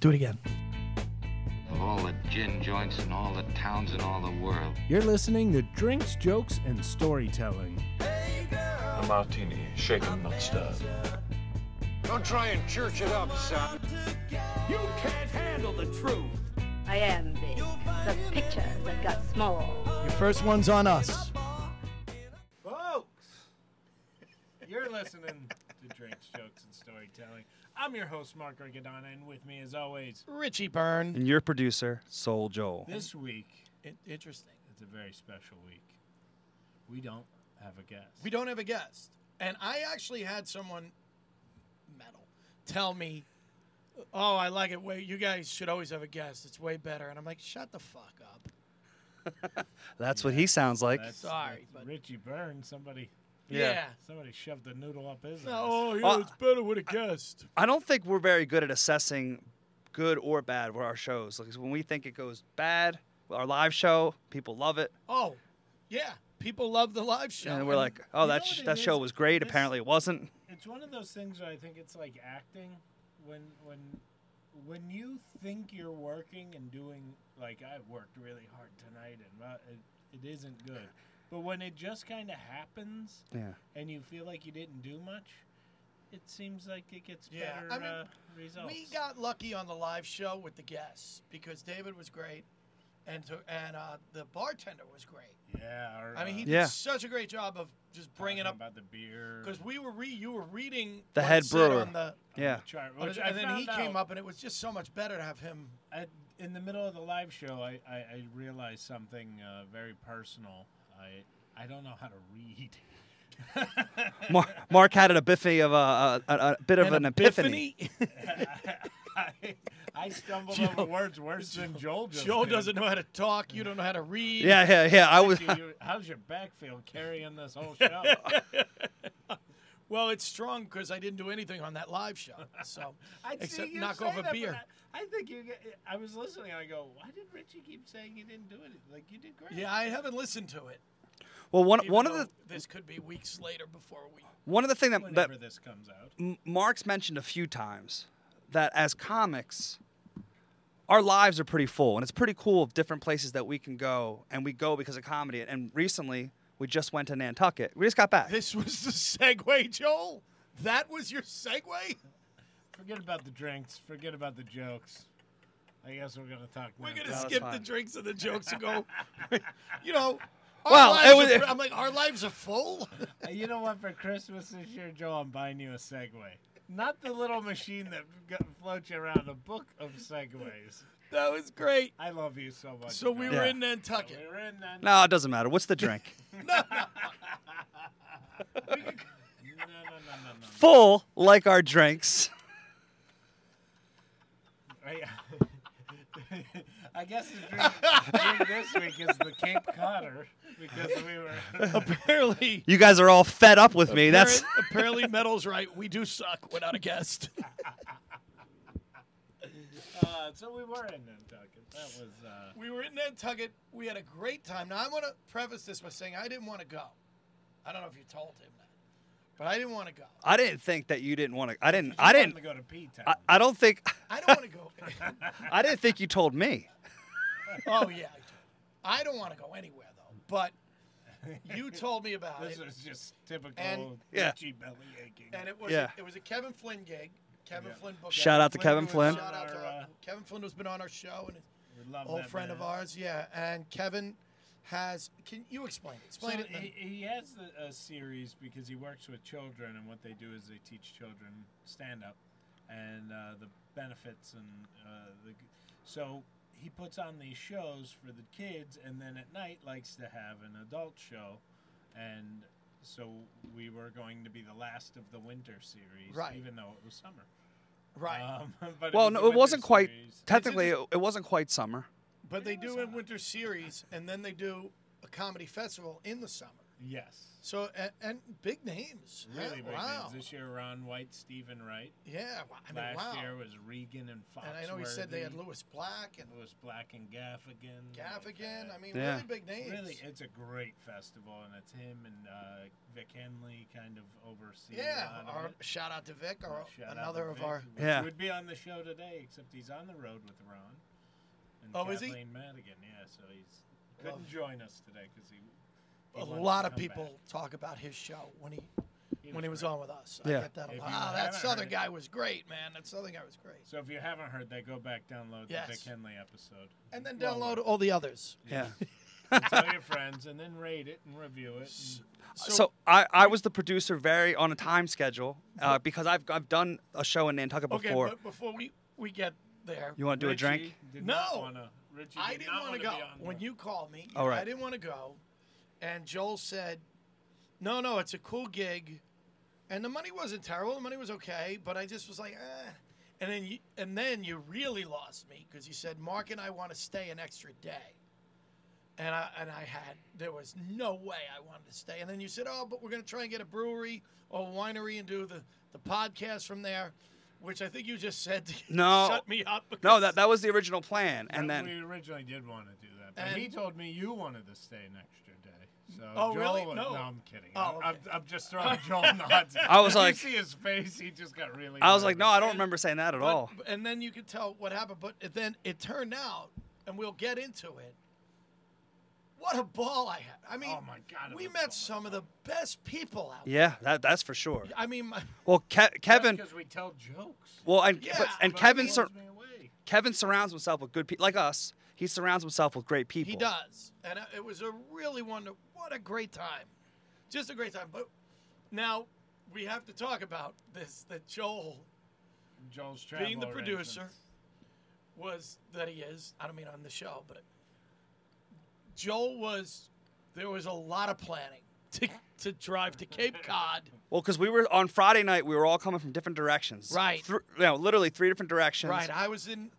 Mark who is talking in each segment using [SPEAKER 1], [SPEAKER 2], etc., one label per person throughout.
[SPEAKER 1] Do it again.
[SPEAKER 2] Of all the gin joints in all the towns in all the world.
[SPEAKER 3] You're listening to Drinks, Jokes, and Storytelling.
[SPEAKER 4] A martini, shaken, not stirred.
[SPEAKER 5] Don't try and church it up, son.
[SPEAKER 6] You can't handle the truth.
[SPEAKER 7] I am big. The picture that got small.
[SPEAKER 1] Your first one's on us.
[SPEAKER 3] Folks, you're listening to Drinks, Jokes, and Storytelling. I'm your host, Mark Rigadonna, and with me, as always,
[SPEAKER 1] Richie Byrne.
[SPEAKER 8] And your producer, Soul Joel.
[SPEAKER 3] this week,
[SPEAKER 9] interesting.
[SPEAKER 3] it's a very special week. We don't have a guest.
[SPEAKER 9] We don't have a guest. And I actually had someone metal tell me, "Oh, I like it. Wait, you guys should always have a guest. It's way better." And I'm like, "Shut the fuck up."
[SPEAKER 8] That's what he sounds like.
[SPEAKER 3] That's-
[SPEAKER 9] Sorry,
[SPEAKER 3] that's
[SPEAKER 9] but-
[SPEAKER 3] Richie Byrne. Somebody,
[SPEAKER 9] Yeah.
[SPEAKER 3] somebody shoved a noodle up his.
[SPEAKER 9] Oh, yeah,
[SPEAKER 8] Well,
[SPEAKER 9] it's better with a guest.
[SPEAKER 8] I don't think we're very good at assessing good or bad with our shows. Like when we think it goes bad, our live show, people love it.
[SPEAKER 9] Oh, yeah. People love the live show.
[SPEAKER 8] and we're like, oh,
[SPEAKER 3] you
[SPEAKER 8] that,
[SPEAKER 3] know
[SPEAKER 8] sh-
[SPEAKER 3] what
[SPEAKER 8] that
[SPEAKER 3] it
[SPEAKER 8] show
[SPEAKER 3] is?
[SPEAKER 8] was great.
[SPEAKER 3] This-
[SPEAKER 8] Apparently it wasn't.
[SPEAKER 3] It's one of those things where I think it's like acting. When when when you think you're working and doing like I worked really hard tonight and uh, it, it isn't good, but when it just kind of happens
[SPEAKER 8] Yeah.
[SPEAKER 3] and you feel like you didn't do much, it seems like it gets
[SPEAKER 9] Yeah,
[SPEAKER 3] better
[SPEAKER 9] I mean,
[SPEAKER 3] uh, results.
[SPEAKER 9] We got lucky on the live show with the guests because David was great, and to, and uh, the bartender was great.
[SPEAKER 3] yeah. Our,
[SPEAKER 9] I mean, he
[SPEAKER 3] uh,
[SPEAKER 9] did
[SPEAKER 8] Yeah.
[SPEAKER 9] such a great job of just bringing
[SPEAKER 3] talking
[SPEAKER 9] up
[SPEAKER 3] about the beer
[SPEAKER 9] because we were re- you were reading
[SPEAKER 8] The
[SPEAKER 9] what it
[SPEAKER 8] head
[SPEAKER 9] said
[SPEAKER 8] brewer.
[SPEAKER 9] on the
[SPEAKER 8] Yeah.
[SPEAKER 3] chart,
[SPEAKER 9] on
[SPEAKER 3] which
[SPEAKER 9] it,
[SPEAKER 3] I
[SPEAKER 9] and then he
[SPEAKER 3] found
[SPEAKER 9] came
[SPEAKER 3] out-
[SPEAKER 9] up and it was just so much better to have him
[SPEAKER 3] at, in the middle of the live show, I, I, I realized something uh, very personal. I I don't know how to read.
[SPEAKER 8] Mark, Mark had an epiphany of a, a, a, a bit of an, epiphany.
[SPEAKER 3] I, I stumbled over words worse than Joel. Just
[SPEAKER 9] Joel
[SPEAKER 3] did.
[SPEAKER 9] doesn't know how to talk you don't know how to read
[SPEAKER 8] Yeah, yeah, yeah. I was.
[SPEAKER 3] How's your- How's your backfield carrying this whole show?
[SPEAKER 9] well it's strong because I didn't do anything on that live show so
[SPEAKER 3] I
[SPEAKER 9] except knock off a beer
[SPEAKER 3] I, I think you. Get, I was listening. I go, why did Richie keep saying you didn't do it? Like you did great.
[SPEAKER 9] yeah I haven't listened to it
[SPEAKER 8] Well, one
[SPEAKER 9] even
[SPEAKER 8] one of
[SPEAKER 9] though
[SPEAKER 8] the
[SPEAKER 9] this could be weeks later before we
[SPEAKER 8] one of the thing that, that
[SPEAKER 3] Whenever this comes out,
[SPEAKER 8] M- Mark's mentioned a few times that as comics, our lives are pretty full, and it's pretty cool of different places that we can go, and we go because of comedy. And recently, we just went to Nantucket. We just got back.
[SPEAKER 9] this was the segue Joel that was your segue
[SPEAKER 3] forget about the drinks. Forget about the jokes. I guess we're gonna talk.
[SPEAKER 9] we're
[SPEAKER 3] now.
[SPEAKER 9] gonna
[SPEAKER 8] was
[SPEAKER 9] skip the
[SPEAKER 8] fine.
[SPEAKER 9] drinks and the jokes and go you know. Our
[SPEAKER 8] Well,
[SPEAKER 9] lives
[SPEAKER 8] it
[SPEAKER 9] are
[SPEAKER 8] was-
[SPEAKER 9] fr- I'm like, our lives are full.
[SPEAKER 3] Uh, You know what? For Christmas this year, Joe, I'm buying you a Segway. Not the little machine that g- floats you around. A book of Segways.
[SPEAKER 9] That was great.
[SPEAKER 3] I love you so much.
[SPEAKER 9] So we
[SPEAKER 3] Joe.
[SPEAKER 9] were
[SPEAKER 8] Yeah.
[SPEAKER 9] in Nantucket.
[SPEAKER 3] We were in that.
[SPEAKER 8] no, it doesn't matter. What's the drink?
[SPEAKER 3] No, no, no, no, no.
[SPEAKER 8] full like our drinks.
[SPEAKER 3] I, I guess the dream, dream this week is the Cape Codder because we were.
[SPEAKER 9] Apparently,
[SPEAKER 8] You guys are all fed up with me. That's
[SPEAKER 9] apparently metal's right. We do suck without a guest.
[SPEAKER 3] Uh, so we were in Nantucket. That was. Uh,
[SPEAKER 9] We were in Nantucket. We had a great time. Now I want to preface this by saying I didn't want to go. I don't know if you told him that, but I didn't want to go.
[SPEAKER 8] I didn't think that you didn't want to. I didn't.
[SPEAKER 3] you
[SPEAKER 8] I
[SPEAKER 3] wanted
[SPEAKER 8] didn't.
[SPEAKER 3] to go to P Town.
[SPEAKER 8] I, I don't think.
[SPEAKER 9] I don't want to go.
[SPEAKER 8] I didn't think you told me.
[SPEAKER 9] oh yeah, I, told him. I don't want to go anywhere though. But you told me about
[SPEAKER 3] This
[SPEAKER 9] it,
[SPEAKER 3] was just typical
[SPEAKER 9] And-
[SPEAKER 8] Yeah.
[SPEAKER 3] itchy belly aching.
[SPEAKER 9] and it was
[SPEAKER 8] Yeah.
[SPEAKER 9] it was a Kevin Flynn gig. Kevin Flynn booked.
[SPEAKER 8] Shout
[SPEAKER 9] it.
[SPEAKER 8] out to Kevin Flynn.
[SPEAKER 9] Shout out to
[SPEAKER 3] Our, uh,
[SPEAKER 9] Kevin Flynn, who's been on our show and.
[SPEAKER 3] We love
[SPEAKER 9] old
[SPEAKER 3] that
[SPEAKER 9] friend of
[SPEAKER 3] man.
[SPEAKER 9] ours. Yeah, and Kevin has. Can you explain it?
[SPEAKER 3] So
[SPEAKER 9] Explain it.
[SPEAKER 3] he, he has the, a series because he works with children, and what they do is they teach children stand up and uh, the benefits and uh, the. g- So he puts on these shows for the kids, and then at night likes to have an adult show, and so we were going to be the last of the winter series,
[SPEAKER 9] Right.
[SPEAKER 3] even though it was summer.
[SPEAKER 9] right.
[SPEAKER 3] Um, but
[SPEAKER 8] Well,
[SPEAKER 3] was the
[SPEAKER 8] no, it
[SPEAKER 3] winter
[SPEAKER 8] wasn't quite.
[SPEAKER 3] series.
[SPEAKER 8] Technically, it it wasn't quite summer.
[SPEAKER 9] but they do a winter series, and then they do a comedy festival in the summer.
[SPEAKER 3] Yes.
[SPEAKER 9] So and, and big names.
[SPEAKER 3] Really
[SPEAKER 9] Yeah,
[SPEAKER 3] big
[SPEAKER 9] wow.
[SPEAKER 3] names. This year, Ron White, Stephen Wright.
[SPEAKER 9] Yeah, wow. I mean,
[SPEAKER 3] Last
[SPEAKER 9] wow.
[SPEAKER 3] year was Regan and Fox.
[SPEAKER 9] and I know he said they had Lewis Black and
[SPEAKER 3] Lewis Black and Gaffigan. Uh,
[SPEAKER 9] Gaffigan. I mean,
[SPEAKER 8] Yeah.
[SPEAKER 9] really big names.
[SPEAKER 3] Really, it's a great festival, and it's him and uh, Vic Henley kind of overseeing.
[SPEAKER 9] yeah.
[SPEAKER 3] a lot of
[SPEAKER 9] Our,
[SPEAKER 3] it.
[SPEAKER 9] shout out to Vic, our,
[SPEAKER 3] Shout out
[SPEAKER 9] another
[SPEAKER 3] to
[SPEAKER 9] of
[SPEAKER 3] Vic,
[SPEAKER 9] our.
[SPEAKER 3] which
[SPEAKER 8] Yeah.
[SPEAKER 3] would be on the show today, except he's on the road with Ron. And
[SPEAKER 9] Oh, is he?
[SPEAKER 3] Kathleen Madigan, yeah. So he's couldn't
[SPEAKER 9] Love-
[SPEAKER 3] join us today because he, he
[SPEAKER 9] A
[SPEAKER 3] wants to
[SPEAKER 9] lot of
[SPEAKER 3] come
[SPEAKER 9] people
[SPEAKER 3] back.
[SPEAKER 9] talk about his show when he when he was
[SPEAKER 3] great.
[SPEAKER 9] on with us. I
[SPEAKER 8] Yeah.
[SPEAKER 9] get that a
[SPEAKER 3] If
[SPEAKER 9] lot.
[SPEAKER 3] you
[SPEAKER 9] Wow, that
[SPEAKER 3] haven't
[SPEAKER 9] Southern
[SPEAKER 3] heard it-
[SPEAKER 9] guy was great, man. That Southern guy was great.
[SPEAKER 3] So if you haven't heard that, go back download
[SPEAKER 9] Yes.
[SPEAKER 3] the Vic Henley episode,
[SPEAKER 9] And then
[SPEAKER 3] Well
[SPEAKER 9] download
[SPEAKER 3] worth
[SPEAKER 9] all the others.
[SPEAKER 8] Yeah.
[SPEAKER 3] it. tell your friends, and then rate it and review it. And
[SPEAKER 8] So, I, I was the producer very on a time schedule uh, because I've, I've done a show in Nantucket
[SPEAKER 9] Okay,
[SPEAKER 8] before.
[SPEAKER 9] but before we we get there,
[SPEAKER 8] you want to do a drink?
[SPEAKER 3] Richie Did not
[SPEAKER 9] No.
[SPEAKER 3] wanna- Richie
[SPEAKER 9] I
[SPEAKER 3] did
[SPEAKER 9] didn't
[SPEAKER 3] not
[SPEAKER 9] want to go
[SPEAKER 3] wanna be on
[SPEAKER 9] when
[SPEAKER 3] the-
[SPEAKER 9] you called me.
[SPEAKER 8] All right.
[SPEAKER 9] I didn't want to go, and Joel said, "No, no, it's a cool gig," and the money wasn't terrible. The money was okay, but I just was like, eh. And then you, and then you really lost me because you said Mark and I want to stay an extra day, and I and I had there was no way I wanted to stay. And then you said, "Oh, but we're going to try and get a brewery or a winery and do the the podcast from there." Which I think you just said to
[SPEAKER 8] No.
[SPEAKER 9] shut me up.
[SPEAKER 8] No,
[SPEAKER 9] because-
[SPEAKER 8] that, that was the original plan. And
[SPEAKER 3] That-
[SPEAKER 8] then
[SPEAKER 3] we originally did want to do that, but
[SPEAKER 9] And-
[SPEAKER 3] he told me you wanted to stay an extra day. So
[SPEAKER 9] Oh,
[SPEAKER 3] Joel
[SPEAKER 9] really?
[SPEAKER 3] was-
[SPEAKER 9] No.
[SPEAKER 3] I'm kidding.
[SPEAKER 9] Oh,
[SPEAKER 3] I'm,
[SPEAKER 9] okay.
[SPEAKER 3] I'm, I'm just throwing Joel in the hot seat.
[SPEAKER 8] I was
[SPEAKER 3] Did
[SPEAKER 8] like-
[SPEAKER 3] you see his face. He just got really.
[SPEAKER 8] I was like, no,
[SPEAKER 3] nervous.
[SPEAKER 8] I don't remember saying that at
[SPEAKER 9] But-
[SPEAKER 8] all.
[SPEAKER 9] And then you could tell what happened. But it- then it turned out, and we'll get into it. What a ball I had! I mean,
[SPEAKER 3] Oh my God, it
[SPEAKER 9] we
[SPEAKER 3] was
[SPEAKER 9] met
[SPEAKER 3] so
[SPEAKER 9] some of the best people out. there.
[SPEAKER 8] Yeah, that, that's for sure.
[SPEAKER 9] I mean, my,
[SPEAKER 8] Well, Ke- Kevin.
[SPEAKER 3] Because we tell jokes.
[SPEAKER 8] Well, and
[SPEAKER 9] Yeah,
[SPEAKER 8] but, and
[SPEAKER 3] But it
[SPEAKER 8] Kevin
[SPEAKER 3] blows
[SPEAKER 8] sur-
[SPEAKER 3] me away.
[SPEAKER 8] Kevin surrounds himself with good people like us. He surrounds himself with great people.
[SPEAKER 9] he does, and uh, it was a really wonder. What a great time, just a great time. But now we have to talk about this. That Joel
[SPEAKER 3] Joel's travel
[SPEAKER 9] being the
[SPEAKER 3] arrangements.
[SPEAKER 9] producer was that he is. I don't mean on the show, but Joel was. There was a lot of planning to to drive to Cape Cod.
[SPEAKER 8] Well, because we were on Friday night, we were all coming from different directions.
[SPEAKER 9] Right.
[SPEAKER 8] Thr- you know, literally three different directions.
[SPEAKER 9] right. I was in.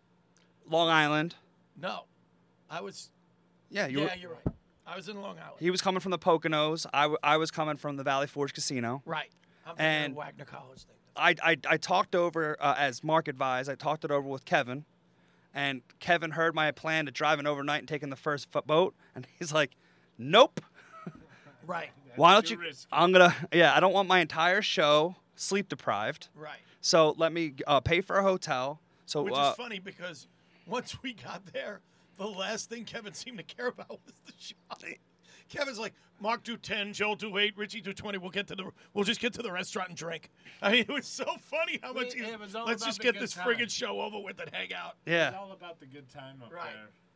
[SPEAKER 8] Long Island.
[SPEAKER 9] No, I was.
[SPEAKER 8] Yeah, you. were-
[SPEAKER 9] yeah, you're right. I was in Long Island.
[SPEAKER 8] he was coming from the Poconos. I, w- I was coming from the Valley Forge Casino.
[SPEAKER 9] right. I'm thinking
[SPEAKER 8] And-
[SPEAKER 9] of Wagner College thing.
[SPEAKER 8] I, I, I talked over, uh, as Mark advised, I talked it over with Kevin. And Kevin heard my plan to driving overnight and taking the first fo- boat. And he's like, nope.
[SPEAKER 9] Right.
[SPEAKER 8] Why don't
[SPEAKER 3] too
[SPEAKER 8] you?
[SPEAKER 3] risky.
[SPEAKER 8] I'm going to, yeah, I don't want my entire show sleep deprived.
[SPEAKER 9] Right.
[SPEAKER 8] So let me uh, pay for a hotel. So
[SPEAKER 9] Which
[SPEAKER 8] uh,
[SPEAKER 9] is funny because once we got there, the last thing Kevin seemed to care about was the shot. Kevin's like, Mark do ten, Joel do eight, Richie do twenty. We'll get to the, we'll just get to the restaurant and drink. I mean, it was so funny how much.
[SPEAKER 3] It
[SPEAKER 9] he's,
[SPEAKER 3] was all
[SPEAKER 9] let's
[SPEAKER 3] about
[SPEAKER 9] just
[SPEAKER 3] the
[SPEAKER 9] get
[SPEAKER 3] good
[SPEAKER 9] this
[SPEAKER 3] time."
[SPEAKER 9] friggin' show over with and hang out.
[SPEAKER 8] yeah.
[SPEAKER 3] It's all about the good time up
[SPEAKER 9] Right.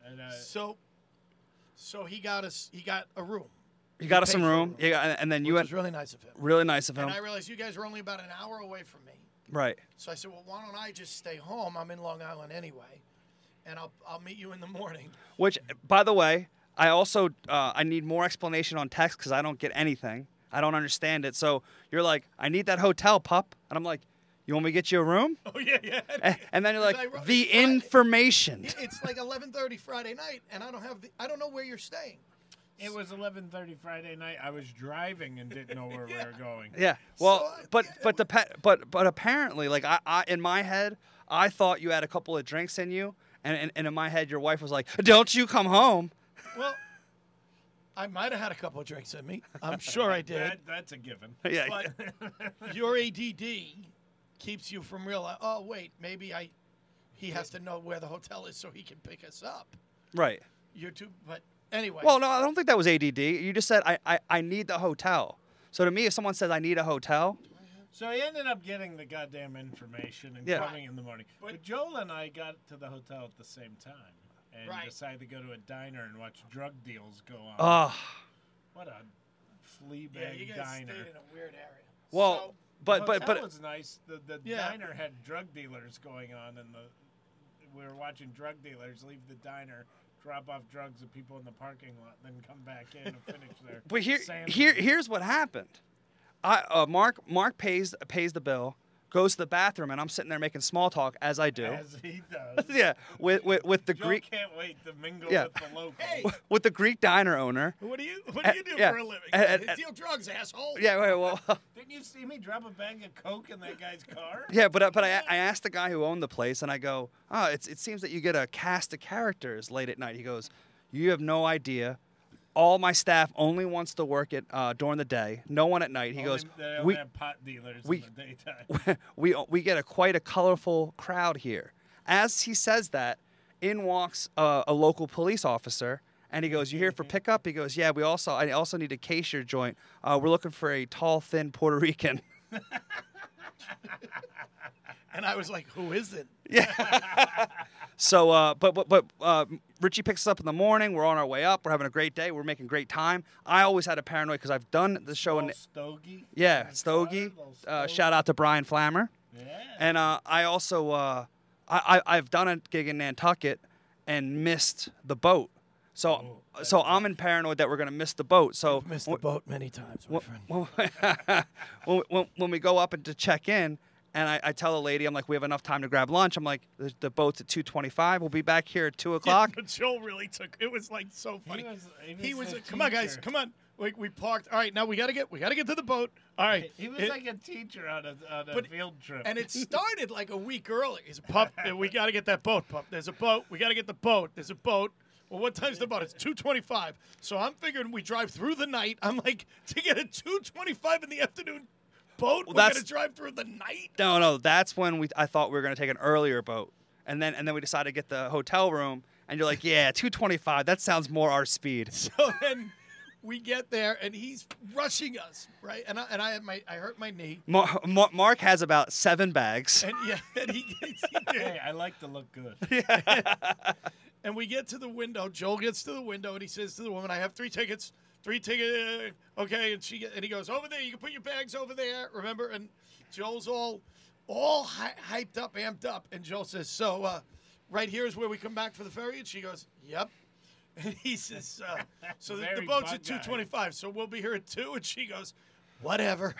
[SPEAKER 3] there. And, uh,
[SPEAKER 9] So, so he got us, he got a room,
[SPEAKER 8] He got us
[SPEAKER 9] paid
[SPEAKER 8] some
[SPEAKER 9] for a
[SPEAKER 8] room.
[SPEAKER 9] room.
[SPEAKER 8] Yeah, and, and then
[SPEAKER 9] which
[SPEAKER 8] you
[SPEAKER 9] was
[SPEAKER 8] went
[SPEAKER 9] really nice of him.
[SPEAKER 8] really nice of him.
[SPEAKER 9] And I realized you guys were only about an hour away from me.
[SPEAKER 8] right.
[SPEAKER 9] So I said, well, why don't I just stay home? I'm in Long Island anyway, and I'll I'll meet you in the morning.
[SPEAKER 8] Which, by the way, I also uh, I need more explanation on text because I don't get anything. I don't understand it. So you're like, I need that hotel, pup, and I'm like, you want me to get you a room?
[SPEAKER 9] Oh yeah, yeah.
[SPEAKER 8] A- And then you're
[SPEAKER 9] 'Cause
[SPEAKER 8] like,
[SPEAKER 9] I wrote-
[SPEAKER 8] the
[SPEAKER 9] it's Friday.
[SPEAKER 8] information.
[SPEAKER 9] Yeah, it's like 11:30 Friday night, and I don't have the, I don't know where you're staying.
[SPEAKER 3] it was 11:30 Friday night. I was driving and didn't know where we were going.
[SPEAKER 8] Yeah. Well,
[SPEAKER 9] So, uh,
[SPEAKER 8] but
[SPEAKER 9] yeah, it
[SPEAKER 8] but the pa- but but apparently, like I, I in my head, I thought you had a couple of drinks in you, and, and and in my head, your wife was like, don't you come home?
[SPEAKER 9] Well, I might have had a couple of drinks in me. I'm sure I did.
[SPEAKER 3] That, that's a given.
[SPEAKER 8] Yeah.
[SPEAKER 9] But your ADD keeps you from realizing. Oh wait, maybe I. He has to know where the hotel is so he can pick us up.
[SPEAKER 8] Right.
[SPEAKER 9] You're too. But anyway.
[SPEAKER 8] Well, no, I don't think that was ADD. You just said I, I, I need the hotel. So to me, if someone says I need a hotel,
[SPEAKER 3] So I ended up getting the goddamn information and
[SPEAKER 8] Yeah.
[SPEAKER 3] coming in the morning. But, Joel and I got to the hotel at the same time and
[SPEAKER 9] Right.
[SPEAKER 3] decided to go to a diner and watch drug deals go on.
[SPEAKER 8] ah,
[SPEAKER 3] what a flea
[SPEAKER 9] yeah,
[SPEAKER 3] bag
[SPEAKER 9] you guys
[SPEAKER 3] diner.
[SPEAKER 9] stayed in a weird area.
[SPEAKER 8] well,
[SPEAKER 9] So-
[SPEAKER 8] but
[SPEAKER 3] the
[SPEAKER 8] but but
[SPEAKER 3] hotel was nice. The the
[SPEAKER 9] Yeah.
[SPEAKER 3] diner had drug dealers going on, and the we were watching drug dealers leave the diner, drop off drugs of people in the parking lot, then come back in and finish their.
[SPEAKER 8] but here
[SPEAKER 3] sandwich.
[SPEAKER 8] here here's what happened. I uh, Mark Mark pays pays the bill. goes to the bathroom, and I'm sitting there making small talk as I do.
[SPEAKER 3] As he does.
[SPEAKER 8] yeah, with, with with the
[SPEAKER 3] Joe
[SPEAKER 8] Greek
[SPEAKER 3] can't wait to mingle
[SPEAKER 8] Yeah.
[SPEAKER 3] with the local.
[SPEAKER 8] with the Greek diner owner.
[SPEAKER 9] What do you What do you
[SPEAKER 8] Uh,
[SPEAKER 9] do
[SPEAKER 8] yeah.
[SPEAKER 9] for a living?
[SPEAKER 8] Uh, uh, uh,
[SPEAKER 9] deal drugs, asshole.
[SPEAKER 8] Yeah, wait, well,
[SPEAKER 3] Didn't you see me drop a bag of coke in that guy's car?
[SPEAKER 8] yeah, but I- but I, I asked the guy who owned the place, and I go, oh, it's, it seems that you get a cast of characters late at night. He goes, you have no idea. All my staff only wants to work at uh, during the day, no one at night. He
[SPEAKER 3] Only-
[SPEAKER 8] goes,
[SPEAKER 3] they only
[SPEAKER 8] we
[SPEAKER 3] have pot dealers
[SPEAKER 8] we-
[SPEAKER 3] in the daytime.
[SPEAKER 8] we we get a quite a colorful crowd here. As he says that, in walks uh, a local police officer, and he goes, "You here for pickup?" He goes, "Yeah, we also I also need to case your joint. Uh, we're looking for a tall, thin Puerto Rican."
[SPEAKER 9] And I was like, who is it?
[SPEAKER 8] So, uh, but but but uh, Richie picks us up in the morning. We're on our way up. We're having a great day. We're making great time. I always had a paranoid because I've done the show in
[SPEAKER 3] Little Stogie.
[SPEAKER 8] yeah
[SPEAKER 3] Little
[SPEAKER 8] Stogie.
[SPEAKER 3] little
[SPEAKER 8] Uh,
[SPEAKER 3] Stogie.
[SPEAKER 8] shout out to Brian Flammer.
[SPEAKER 3] Yeah.
[SPEAKER 8] And uh, I also uh, I, I I've done a gig in Nantucket and missed the boat. So
[SPEAKER 9] Oh,
[SPEAKER 8] so I'm in paranoid that we're gonna miss the boat. So
[SPEAKER 9] Missed the boat many times, my friend.
[SPEAKER 8] when, when, when, when we go up and to check in, and I, I tell the lady, I'm like, we have enough time to grab lunch. I'm like, the, the boat's at 2:25. We'll be back here at two o'clock.
[SPEAKER 9] But Joel really took it was like so funny. He was,
[SPEAKER 3] was- he was
[SPEAKER 9] a,
[SPEAKER 3] a
[SPEAKER 9] come on guys,
[SPEAKER 3] teacher.
[SPEAKER 9] come on. Like we parked. All right, now we gotta get we gotta get to the boat. All right.
[SPEAKER 3] He was
[SPEAKER 9] It-
[SPEAKER 3] like a teacher on a, on a
[SPEAKER 9] But-
[SPEAKER 3] field trip.
[SPEAKER 9] and it started like a week early. He's pup. We gotta get that boat, pup. There's a boat. We gotta get the boat. There's a boat. Well, what time's the boat? It's two twenty-five. So I'm figuring we drive through the night. I'm like to get a two twenty-five in the afternoon boat. we're
[SPEAKER 8] that's-
[SPEAKER 9] gonna drive through the night.
[SPEAKER 8] No, no, that's when we I thought we were gonna take an earlier boat, and then and then we decided to get the hotel room. And you're like, yeah, 2:25. That sounds more our speed.
[SPEAKER 9] So then we get there, and he's rushing us, right? And I, and I had my I hurt my knee,
[SPEAKER 8] Mar- Mar- Mark has about seven bags.
[SPEAKER 9] and yeah, and he, gets, he did.
[SPEAKER 3] hey, I like to look good.
[SPEAKER 9] And we get to the window. Joel gets to the window, and he says to the woman, "I have three tickets, three tickets, okay." And she get- and he goes over there. You can put your bags over there, remember? And Joel's all all hy- hyped up, amped up, and Joel says, "So, uh, right here is where we come back for the ferry." And she goes, "Yep." And he says, uh, "So the, the
[SPEAKER 3] Very
[SPEAKER 9] boat's at two
[SPEAKER 3] bug-eyed.
[SPEAKER 9] twenty-five, so we'll be here at 2. And she goes, "Whatever."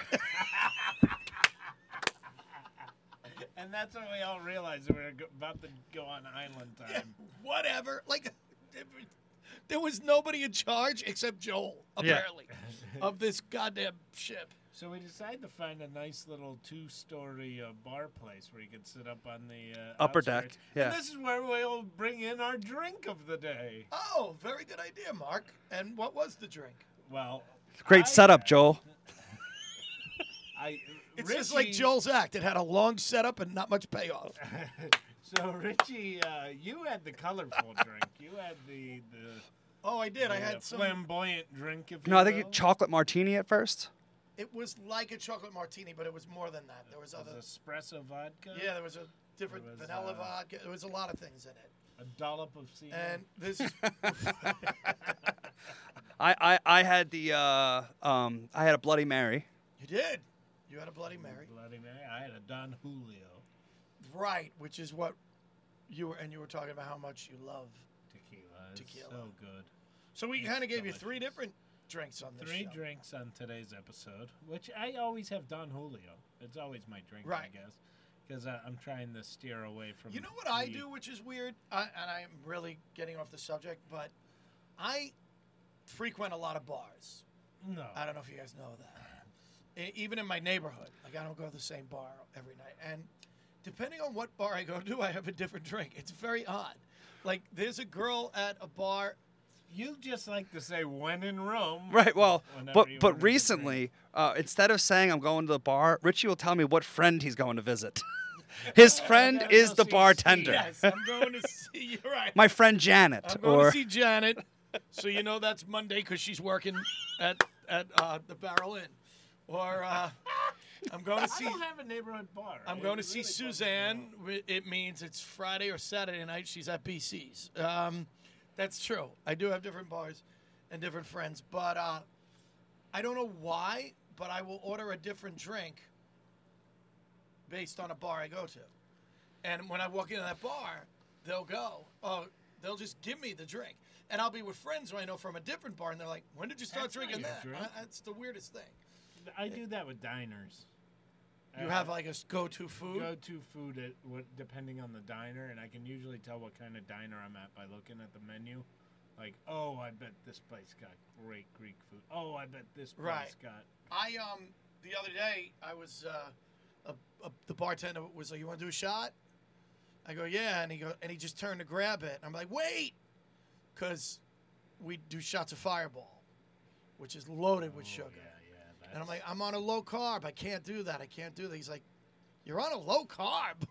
[SPEAKER 3] And that's when we all realized we were go- about to go on island time.
[SPEAKER 9] whatever. Like, there was nobody in charge except Joel, apparently, of this goddamn ship.
[SPEAKER 3] So we decided to find a nice little two-story uh, bar place where you could sit up on the uh,
[SPEAKER 8] Upper deck,
[SPEAKER 3] outskirts.
[SPEAKER 8] yeah.
[SPEAKER 3] And this is where we'll bring in our drink of the day.
[SPEAKER 9] Oh, very good idea, Mark. And what was the drink?
[SPEAKER 3] Well,
[SPEAKER 8] Great
[SPEAKER 3] I-
[SPEAKER 8] setup, Joel.
[SPEAKER 3] I,
[SPEAKER 9] It's just like
[SPEAKER 3] Richie-
[SPEAKER 9] Joel's act. It had a long setup and not much payoff.
[SPEAKER 3] So Richie, uh, you had the colorful drink. You had the the,
[SPEAKER 9] Oh, I did. I
[SPEAKER 3] the
[SPEAKER 9] had some.
[SPEAKER 3] flamboyant drink. If you
[SPEAKER 8] No, I think
[SPEAKER 3] will.
[SPEAKER 8] you chocolate martini at first.
[SPEAKER 9] It was like a chocolate martini, but it was more than that. There was
[SPEAKER 3] It
[SPEAKER 9] other.
[SPEAKER 3] was espresso vodka.
[SPEAKER 9] Yeah, there was a different
[SPEAKER 3] It was,
[SPEAKER 9] vanilla
[SPEAKER 3] uh,
[SPEAKER 9] vodka. There was a lot of things in it.
[SPEAKER 3] a dollop of sea.
[SPEAKER 9] And this is
[SPEAKER 8] I, I, I had the uh, um, I had a Bloody Mary.
[SPEAKER 9] you did. You had a Bloody Mary,
[SPEAKER 3] Bloody Mary. I had a Don Julio
[SPEAKER 9] right? Which is what you were, and you were talking about how much you love
[SPEAKER 3] tequila. It's
[SPEAKER 9] Tequila.
[SPEAKER 3] So good.
[SPEAKER 9] So we kind of gave you three
[SPEAKER 3] delicious.
[SPEAKER 9] different drinks on this.
[SPEAKER 3] Three
[SPEAKER 9] show.
[SPEAKER 3] drinks on today's episode, which I always have Don Julio. It's always my drink,
[SPEAKER 9] Right.
[SPEAKER 3] I guess, because I'm trying to steer away from.
[SPEAKER 9] You know what I
[SPEAKER 3] the-
[SPEAKER 9] do, which is weird, I, and I'm really getting off the subject, but I frequent a lot of bars.
[SPEAKER 3] No.
[SPEAKER 9] I don't know if you guys know that. E- Even in my neighborhood, like I don't go to the same bar every night, and depending on what bar I go to, I have a different drink. It's very odd. Like there's a girl at a bar.
[SPEAKER 3] You just like to say when in Rome.
[SPEAKER 8] Right. Well,
[SPEAKER 3] whenever
[SPEAKER 8] but
[SPEAKER 3] you order a
[SPEAKER 8] but
[SPEAKER 3] drink.
[SPEAKER 8] recently, uh, instead of saying I'm going to the bar, Richie will tell me what friend he's going to visit. His friend
[SPEAKER 3] gotta
[SPEAKER 8] is
[SPEAKER 3] go
[SPEAKER 8] the
[SPEAKER 3] see Steve.
[SPEAKER 8] bartender.
[SPEAKER 9] Yes, I'm going to see. You're right.
[SPEAKER 8] My friend Janet.
[SPEAKER 9] I'm going
[SPEAKER 8] or
[SPEAKER 9] to see Janet. So you know that's Monday because she's working at at uh, the Barrel Inn. Or uh, I'm going to
[SPEAKER 3] I
[SPEAKER 9] see
[SPEAKER 3] don't have a neighborhood bar.
[SPEAKER 9] I'm
[SPEAKER 3] It
[SPEAKER 9] going to see
[SPEAKER 3] really bugs me
[SPEAKER 9] Suzanne.
[SPEAKER 3] out.
[SPEAKER 9] Wi- It means it's Friday or Saturday night. She's at BC's. Um, that's true. I do have different bars and different friends, but uh, I don't know why. But I will order a different drink based on a bar I go to. And when I walk into that bar, they'll go, oh, they'll just give me the drink. And I'll be with friends who I know from a different bar, and they're like, when did you start
[SPEAKER 3] That's not
[SPEAKER 9] drinking Uh,
[SPEAKER 3] your
[SPEAKER 9] that?
[SPEAKER 3] drink.
[SPEAKER 9] Uh, That's the weirdest thing.
[SPEAKER 3] I do that with diners.
[SPEAKER 9] You have like a s- go-to food.
[SPEAKER 3] go-to food at what depending on the diner, and I can usually tell what kind of diner I'm at by looking at the menu. Like, oh, I bet this place got great Greek food. Oh, I bet this place
[SPEAKER 9] Right.
[SPEAKER 3] got.
[SPEAKER 9] I um the other day I was uh, a, a, the bartender was like, "You want to do a shot?" I go, "Yeah," and he go and he just turned to grab it. I'm like, "Wait," because we do shots of Fireball, which is loaded with sugar.
[SPEAKER 3] Oh, Yeah, yeah.
[SPEAKER 9] And I'm
[SPEAKER 3] that's-
[SPEAKER 9] like, "I'm on a low carb. I can't do that. I can't do that." He's like, "You're on a low carb."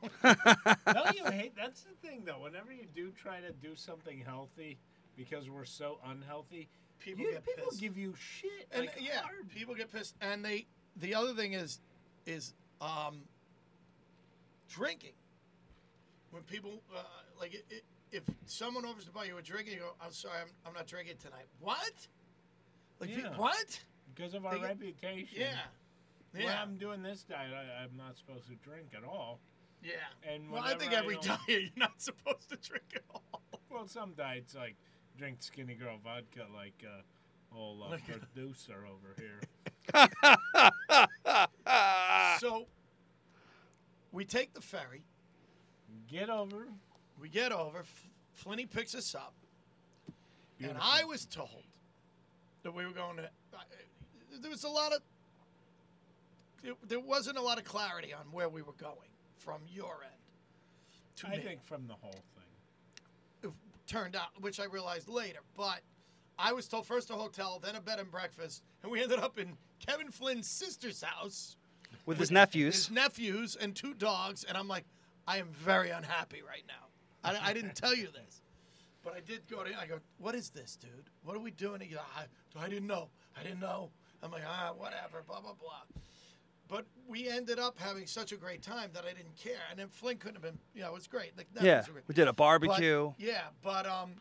[SPEAKER 3] no, you hate. That's the thing, though. Whenever you do try to do something healthy, because we're so unhealthy,
[SPEAKER 9] People
[SPEAKER 3] you-
[SPEAKER 9] get
[SPEAKER 3] people
[SPEAKER 9] pissed.
[SPEAKER 3] give you shit.
[SPEAKER 9] and
[SPEAKER 3] like,
[SPEAKER 9] yeah,
[SPEAKER 3] hard.
[SPEAKER 9] people get pissed. And they the other thing is is um, drinking. When people uh, like it, it, if someone offers to buy you a drink, and you go, "I'm sorry, I'm, I'm not drinking tonight." What? Like pe-
[SPEAKER 3] Yeah.
[SPEAKER 9] what?
[SPEAKER 3] because of our
[SPEAKER 9] they get-
[SPEAKER 3] reputation.
[SPEAKER 9] Yeah,
[SPEAKER 3] When
[SPEAKER 9] yeah,
[SPEAKER 3] I'm doing this diet, I, I'm not supposed to drink at all.
[SPEAKER 9] yeah.
[SPEAKER 3] And
[SPEAKER 9] well, I
[SPEAKER 3] whenever
[SPEAKER 9] think every
[SPEAKER 3] don't-
[SPEAKER 9] diet you're not supposed to drink at all.
[SPEAKER 3] Well, some diets like drink skinny girl vodka, like uh, old uh, producer over here.
[SPEAKER 9] so we take the ferry.
[SPEAKER 3] Get over.
[SPEAKER 9] We get over. F- Flinny picks us up,
[SPEAKER 3] Beautiful.
[SPEAKER 9] and I was told that we were going to. I- There was a lot of. There, there wasn't a lot of clarity on where we were going from your end. To
[SPEAKER 3] I
[SPEAKER 9] me,
[SPEAKER 3] think from the whole thing.
[SPEAKER 9] it turned out, which I realized later, but I was told first a hotel, then a bed and breakfast, and we ended up in Kevin Flynn's sister's house,
[SPEAKER 8] with his nephews.
[SPEAKER 9] his nephews, and two dogs, and I'm like, I am very unhappy right now. I, I didn't tell you this. But I did go to. I go, what is this, dude? What are we doing? He goes, I, I didn't know. I didn't know. I'm like, ah, whatever, blah blah blah. But we ended up having such a great time that I didn't care. And then Flynn couldn't have been. You know, it was great. Like, that
[SPEAKER 8] yeah,
[SPEAKER 9] was great.
[SPEAKER 8] we did a
[SPEAKER 9] But-
[SPEAKER 8] barbecue.
[SPEAKER 9] yeah, but um,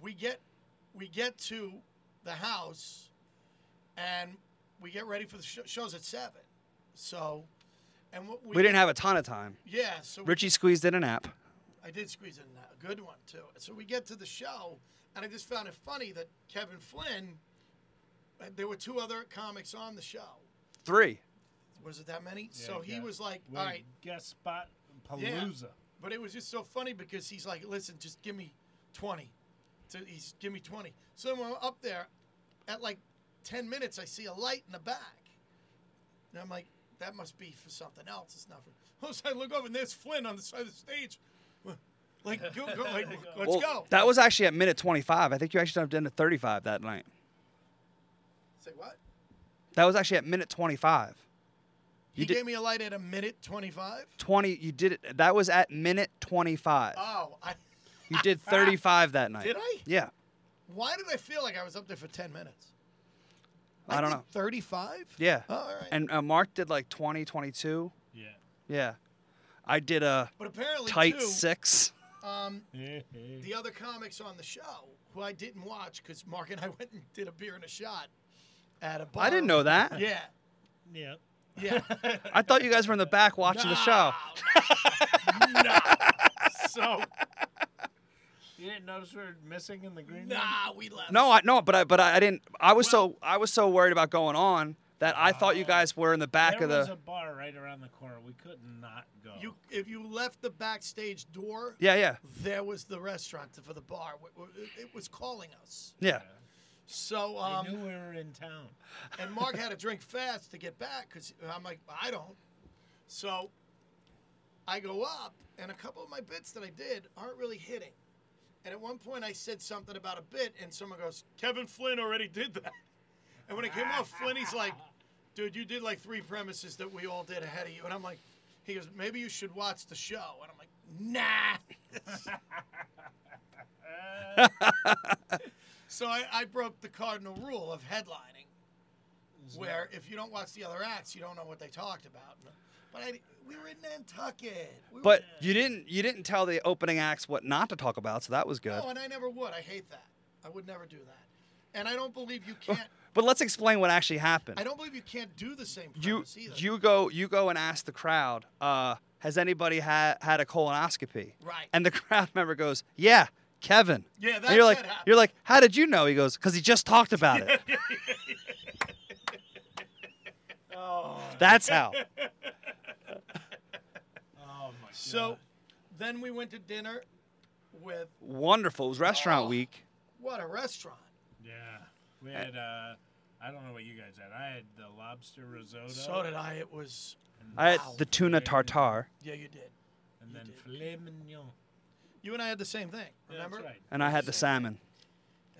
[SPEAKER 9] we get we get to the house, and we get ready for the show, shows at seven. So, and what we,
[SPEAKER 8] we didn't have a ton of time.
[SPEAKER 9] yeah. So we-
[SPEAKER 8] Richie squeezed in a nap.
[SPEAKER 9] I did squeeze in a good one too. So we get to the show, and I just found it funny that Kevin Flynn. uh, There were two other comics on the show.
[SPEAKER 8] Three.
[SPEAKER 9] Was it that many?
[SPEAKER 3] Yeah,
[SPEAKER 9] so he
[SPEAKER 3] yeah.
[SPEAKER 9] was like,
[SPEAKER 3] With
[SPEAKER 9] "All right,
[SPEAKER 3] Guest spot Palooza.
[SPEAKER 9] But it was just so funny because he's like, listen, just give me 20. So he's give me 20. So when I'm up there, at like 10 minutes, I see a light in the back. And I'm like, that must be for something else. It's not for. Oh, so I look over and there's Flynn on the side of the stage. Like, go, go, like let's
[SPEAKER 8] well,
[SPEAKER 9] go.
[SPEAKER 8] That was actually at minute 25. I think you actually jumped into 35 that night.
[SPEAKER 9] Say what?
[SPEAKER 8] That was actually at minute 25.
[SPEAKER 9] You,
[SPEAKER 8] did-
[SPEAKER 9] gave me a light at a minute 25?
[SPEAKER 8] 20. You did it. That was at minute 25.
[SPEAKER 9] Oh, I,
[SPEAKER 8] you did 35 that night.
[SPEAKER 9] Did I?
[SPEAKER 8] Yeah.
[SPEAKER 9] why did I feel like I was up there for 10 minutes?
[SPEAKER 8] I, don't
[SPEAKER 9] did
[SPEAKER 8] know.
[SPEAKER 9] 35?
[SPEAKER 8] Yeah.
[SPEAKER 9] Oh, all right.
[SPEAKER 8] And uh, Mark did like 20, 22.
[SPEAKER 3] Yeah.
[SPEAKER 8] Yeah. I did a
[SPEAKER 9] but apparently,
[SPEAKER 8] tight
[SPEAKER 9] too,
[SPEAKER 8] six.
[SPEAKER 9] um,
[SPEAKER 3] Yeah.
[SPEAKER 9] the other comics on the show who I didn't watch because Mark and I went and did a beer and a shot at a bar.
[SPEAKER 8] I didn't know that.
[SPEAKER 9] Yeah,
[SPEAKER 3] yeah.
[SPEAKER 9] yeah.
[SPEAKER 8] I thought you guys were in the back watching the show.
[SPEAKER 9] No. no. So
[SPEAKER 3] You didn't notice we were missing in the green room?
[SPEAKER 9] nah, we left.
[SPEAKER 8] No, I no, but I but I, I didn't. I was so I was so worried about going on that I thought
[SPEAKER 9] Ah.
[SPEAKER 8] you guys were in the back
[SPEAKER 3] There
[SPEAKER 8] of the.
[SPEAKER 3] was a bar right around the corner. We could not go.
[SPEAKER 9] You if you left the backstage door,
[SPEAKER 8] yeah, yeah,
[SPEAKER 9] there was the restaurant for the bar. It- it- It was calling us.
[SPEAKER 8] yeah.
[SPEAKER 9] So
[SPEAKER 3] They
[SPEAKER 9] um,
[SPEAKER 3] knew we were in town.
[SPEAKER 9] and Mark had to drink fast to get back because I'm like, I don't. So I go up, and a couple of my bits that I did aren't really hitting. And at one point, I said something about a bit, and someone goes, Kevin Flynn already did that. And when it came off, Flynn, he's like, dude, you did like three premises that we all did ahead of you. And I'm like, he goes, maybe you should watch the show. And I'm like, nah. so I, I broke the cardinal rule of headlining where if you don't watch the other acts, you don't know what they talked about. But I, we were in Nantucket. We were-
[SPEAKER 8] But you didn't you didn't tell the opening acts what not to talk about, so that was good.
[SPEAKER 9] no, and I never would. I hate that. I would never do that. And I don't believe you can't.
[SPEAKER 8] But let's explain what actually happened.
[SPEAKER 9] I don't believe you can't do the same
[SPEAKER 8] you
[SPEAKER 9] premise either.
[SPEAKER 8] you go you go and ask the crowd. Uh, has anybody had had a colonoscopy?
[SPEAKER 9] Right.
[SPEAKER 8] And the crowd member goes, Yeah, Kevin.
[SPEAKER 9] Yeah,
[SPEAKER 8] And
[SPEAKER 9] that's
[SPEAKER 8] you're like
[SPEAKER 9] what happened.
[SPEAKER 8] you're like, how did you know? He goes, because he just talked about it.
[SPEAKER 3] Oh.
[SPEAKER 8] That's how.
[SPEAKER 3] Oh my god.
[SPEAKER 9] So then we went to dinner with
[SPEAKER 8] Wonderful. It was restaurant week.
[SPEAKER 9] what a restaurant.
[SPEAKER 3] yeah, we had. Uh, I don't know what you guys had. I had the lobster risotto.
[SPEAKER 9] So did I. It was
[SPEAKER 8] I had
[SPEAKER 9] Wow.
[SPEAKER 8] the tuna
[SPEAKER 3] Yeah.
[SPEAKER 8] tartare,
[SPEAKER 9] yeah, you did.
[SPEAKER 3] And
[SPEAKER 9] You
[SPEAKER 3] then
[SPEAKER 9] did.
[SPEAKER 3] filet mignon.
[SPEAKER 9] You and I had the same thing.
[SPEAKER 3] Yeah,
[SPEAKER 9] Remember?
[SPEAKER 3] That's right.
[SPEAKER 8] and I had the salmon.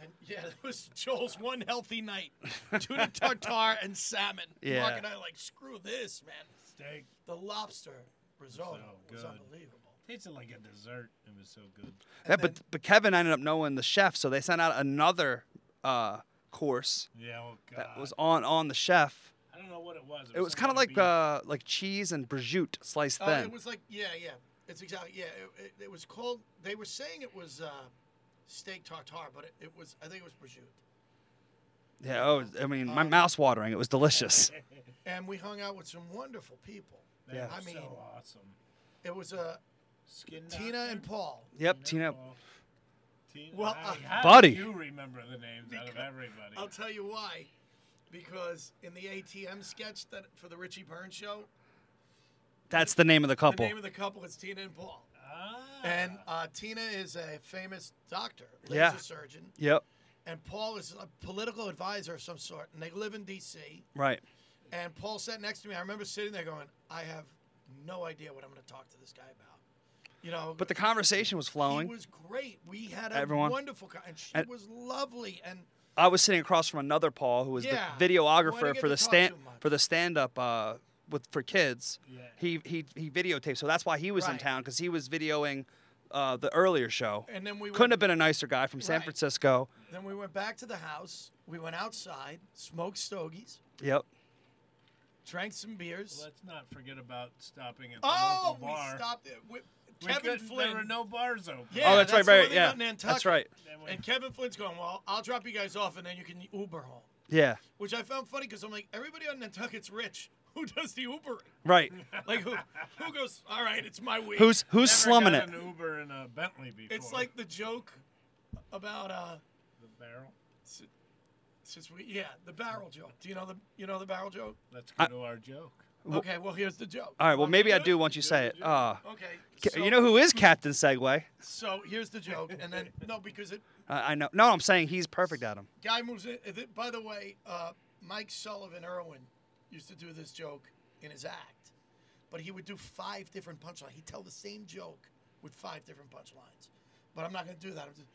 [SPEAKER 9] And yeah, it was Joel's one healthy night: tuna tartare and salmon.
[SPEAKER 8] Yeah.
[SPEAKER 9] Mark and I like screw this, man.
[SPEAKER 3] Steak
[SPEAKER 9] The lobster risotto
[SPEAKER 3] So
[SPEAKER 9] was
[SPEAKER 3] good.
[SPEAKER 9] unbelievable.
[SPEAKER 3] tasted like a dessert. It was so good.
[SPEAKER 8] Yeah, but but Kevin ended up knowing the chef, so they sent out another uh, course
[SPEAKER 3] Yeah. Oh god.
[SPEAKER 8] that was on on the chef.
[SPEAKER 3] I don't know what it was.
[SPEAKER 8] It was
[SPEAKER 3] some
[SPEAKER 8] kind of like
[SPEAKER 3] beef.
[SPEAKER 8] uh, like cheese and prosciutto sliced
[SPEAKER 9] Uh,
[SPEAKER 8] thin.
[SPEAKER 9] it was like yeah, yeah. It's exactly yeah. It, it, it was called. They were saying it was uh, steak tartare, but it, it was. I think it was prosciutto.
[SPEAKER 8] yeah, oh, I mean, my mouth's watering. It was delicious.
[SPEAKER 9] And we hung out with some wonderful people.
[SPEAKER 3] That
[SPEAKER 8] yeah.
[SPEAKER 3] was
[SPEAKER 9] I mean-
[SPEAKER 3] so awesome.
[SPEAKER 9] It was uh,
[SPEAKER 3] Skin
[SPEAKER 9] Tina
[SPEAKER 3] doctor?
[SPEAKER 9] and Paul.
[SPEAKER 8] Yep, Tina.
[SPEAKER 3] Paul. Tina.
[SPEAKER 9] Well,
[SPEAKER 3] Hey,
[SPEAKER 9] uh,
[SPEAKER 3] how do
[SPEAKER 8] Buddy.
[SPEAKER 3] You remember the names out of
[SPEAKER 9] Because-
[SPEAKER 3] everybody.
[SPEAKER 9] I'll tell you why. Because in the ATM sketch that for the Richie Burns show,
[SPEAKER 8] That's the name of the
[SPEAKER 9] the
[SPEAKER 8] couple.
[SPEAKER 9] name of the couple is Tina and Paul.
[SPEAKER 3] ah.
[SPEAKER 9] And uh, Tina is a famous doctor, laser
[SPEAKER 8] Yeah.
[SPEAKER 9] surgeon,
[SPEAKER 8] Yep.
[SPEAKER 9] and Paul is a political advisor of some sort. And they live in D.C.
[SPEAKER 8] Right.
[SPEAKER 9] And Paul sat next to me. I remember sitting there going, "I have no idea what I'm going to talk to this guy about." You know,
[SPEAKER 8] But the conversation was
[SPEAKER 9] he
[SPEAKER 8] flowing.
[SPEAKER 9] was great. We had a
[SPEAKER 8] Everyone.
[SPEAKER 9] wonderful, co- and she
[SPEAKER 8] And-
[SPEAKER 9] was lovely. And
[SPEAKER 8] I was sitting across from another Paul who was
[SPEAKER 9] Yeah.
[SPEAKER 8] the
[SPEAKER 9] Why do you
[SPEAKER 8] videographer
[SPEAKER 9] get
[SPEAKER 8] for the
[SPEAKER 9] to talk
[SPEAKER 8] stand
[SPEAKER 9] so much?
[SPEAKER 8] for the stand up uh, with for kids.
[SPEAKER 3] Yeah.
[SPEAKER 8] He he he videotaped, so that's why he was in
[SPEAKER 9] Right.
[SPEAKER 8] town because he was videoing uh, the earlier show.
[SPEAKER 9] And then we
[SPEAKER 8] couldn't
[SPEAKER 9] went-
[SPEAKER 8] have been a nicer guy from San
[SPEAKER 9] Right.
[SPEAKER 8] Francisco.
[SPEAKER 9] then we went back to the house. We went outside, smoked stogies,
[SPEAKER 8] Yep.
[SPEAKER 9] drank some beers.
[SPEAKER 3] Let's not forget about stopping at the
[SPEAKER 9] Oh,
[SPEAKER 3] local
[SPEAKER 9] we
[SPEAKER 3] bar.
[SPEAKER 9] stopped it. We,
[SPEAKER 3] We
[SPEAKER 9] Kevin
[SPEAKER 3] couldn't- There were
[SPEAKER 9] Flynn.
[SPEAKER 3] no bars open.
[SPEAKER 9] Yeah,
[SPEAKER 8] oh, that's,
[SPEAKER 9] that's the
[SPEAKER 8] right.
[SPEAKER 9] one
[SPEAKER 8] Right.
[SPEAKER 9] they
[SPEAKER 8] Yeah.
[SPEAKER 9] got in
[SPEAKER 8] That's
[SPEAKER 9] Nantucket.
[SPEAKER 8] right.
[SPEAKER 3] Then we-
[SPEAKER 9] And Kevin Flynn's going, "Well, I'll drop you guys off, and then you can Uber home."
[SPEAKER 8] Yeah.
[SPEAKER 9] Which I found funny because I'm like, everybody on Nantucket's rich. Who does the Uber?
[SPEAKER 8] Right.
[SPEAKER 9] Like who? Who goes? All right, it's my week.
[SPEAKER 8] Who's who's
[SPEAKER 3] Never
[SPEAKER 8] slumming
[SPEAKER 3] got
[SPEAKER 8] it?
[SPEAKER 3] An Uber and a Bentley before.
[SPEAKER 9] It's like the joke about uh,
[SPEAKER 3] the barrel.
[SPEAKER 9] since we yeah the barrel joke. Do you know the you know the barrel joke?
[SPEAKER 3] Let's go to our joke.
[SPEAKER 9] Okay, well here's the joke.
[SPEAKER 8] All right. Well,
[SPEAKER 9] Want me
[SPEAKER 8] maybe
[SPEAKER 9] to
[SPEAKER 8] I
[SPEAKER 9] it?
[SPEAKER 8] do once you say it. Uh,
[SPEAKER 9] Okay.
[SPEAKER 8] Ca-
[SPEAKER 9] so-
[SPEAKER 8] you know who is Captain Segway?
[SPEAKER 9] So here's the joke, and then no, because it
[SPEAKER 8] I I know. No, I'm saying he's perfect at him.
[SPEAKER 9] guy moves in. uh, By the way, uh, Mike Sullivan Irwin used to do this joke in his act, but he would do five different punchlines. He'd tell the same joke with five different punchlines. But I'm not going to do that. I'm just,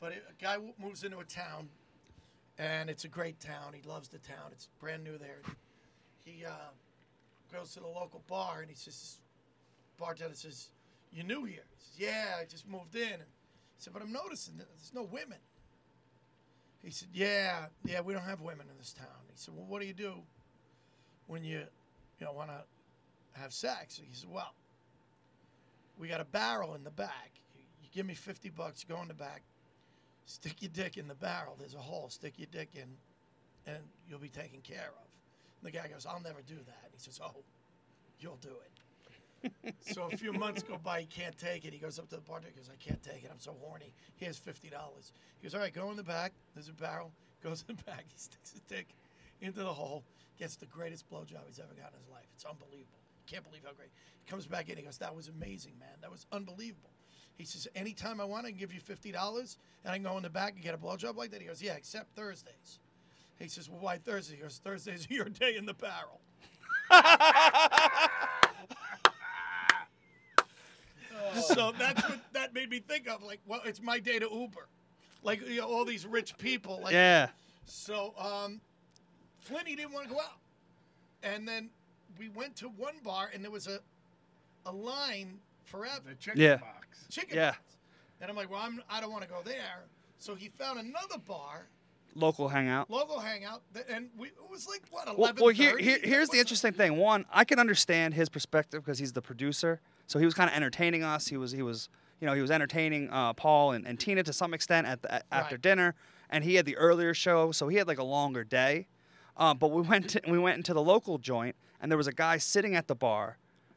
[SPEAKER 9] but it, a guy w- moves into a town, and it's a great town. He loves the town. It's brand new there. He uh, goes to the local bar, and he says, bartender says, "You new here?" He says, "Yeah, I just moved in." And he said, "But I'm noticing that there's no women." He said, "Yeah, yeah, we don't have women in this town." He said, "Well, what do you do when you, you know, want to have sex?" He said, "Well, we got a barrel in the back. You, you give me fifty bucks, go in the back, stick your dick in the barrel. There's a hole. Stick your dick in, and you'll be taken care of." And the guy goes, "I'll never do that." He says, "Oh, you'll do it." So a few months go by, he can't take it. He goes up to the bartender, he goes, I can't take it. I'm so horny. He has fifty dollars. He goes, All right, go in the back. There's a barrel. Goes in the back, he sticks his dick into the hole, gets the greatest blowjob he's ever gotten in his life. It's unbelievable. Can't believe how great. He comes back in, he goes, That was amazing, man. That was unbelievable. He says, Anytime I want, I can give you fifty dollars and I can go in the back and get a blowjob like that. He goes, Yeah, except Thursdays. He says, Well, why Thursday? He goes, Thursdays are your day in the barrel. So that's what that made me think of. Like, well, it's my day to Uber. Like you know, all these rich people. Like,
[SPEAKER 8] Yeah.
[SPEAKER 9] So um, Flinny didn't want to go out, and then we went to one bar and there was a a line forever
[SPEAKER 3] The chicken
[SPEAKER 8] Yeah.
[SPEAKER 3] box.
[SPEAKER 9] chicken.
[SPEAKER 8] Yeah.
[SPEAKER 9] nuggets. And I'm like, well, I'm, I don't want to go there. So he found another bar,
[SPEAKER 8] Local hangout.
[SPEAKER 9] local hangout, that, and we it was like what
[SPEAKER 8] Well,
[SPEAKER 9] eleven.
[SPEAKER 8] well here, here here's the interesting thing. One, I can understand his perspective because he's the producer, so he was kind of entertaining us. He was he was you know he was entertaining uh, Paul and, and Tina to some extent at the, a- after
[SPEAKER 9] Right.
[SPEAKER 8] dinner, and he had the earlier show, so he had like a longer day. Uh, but we went to, we went into the local joint, and there was a guy sitting at the bar,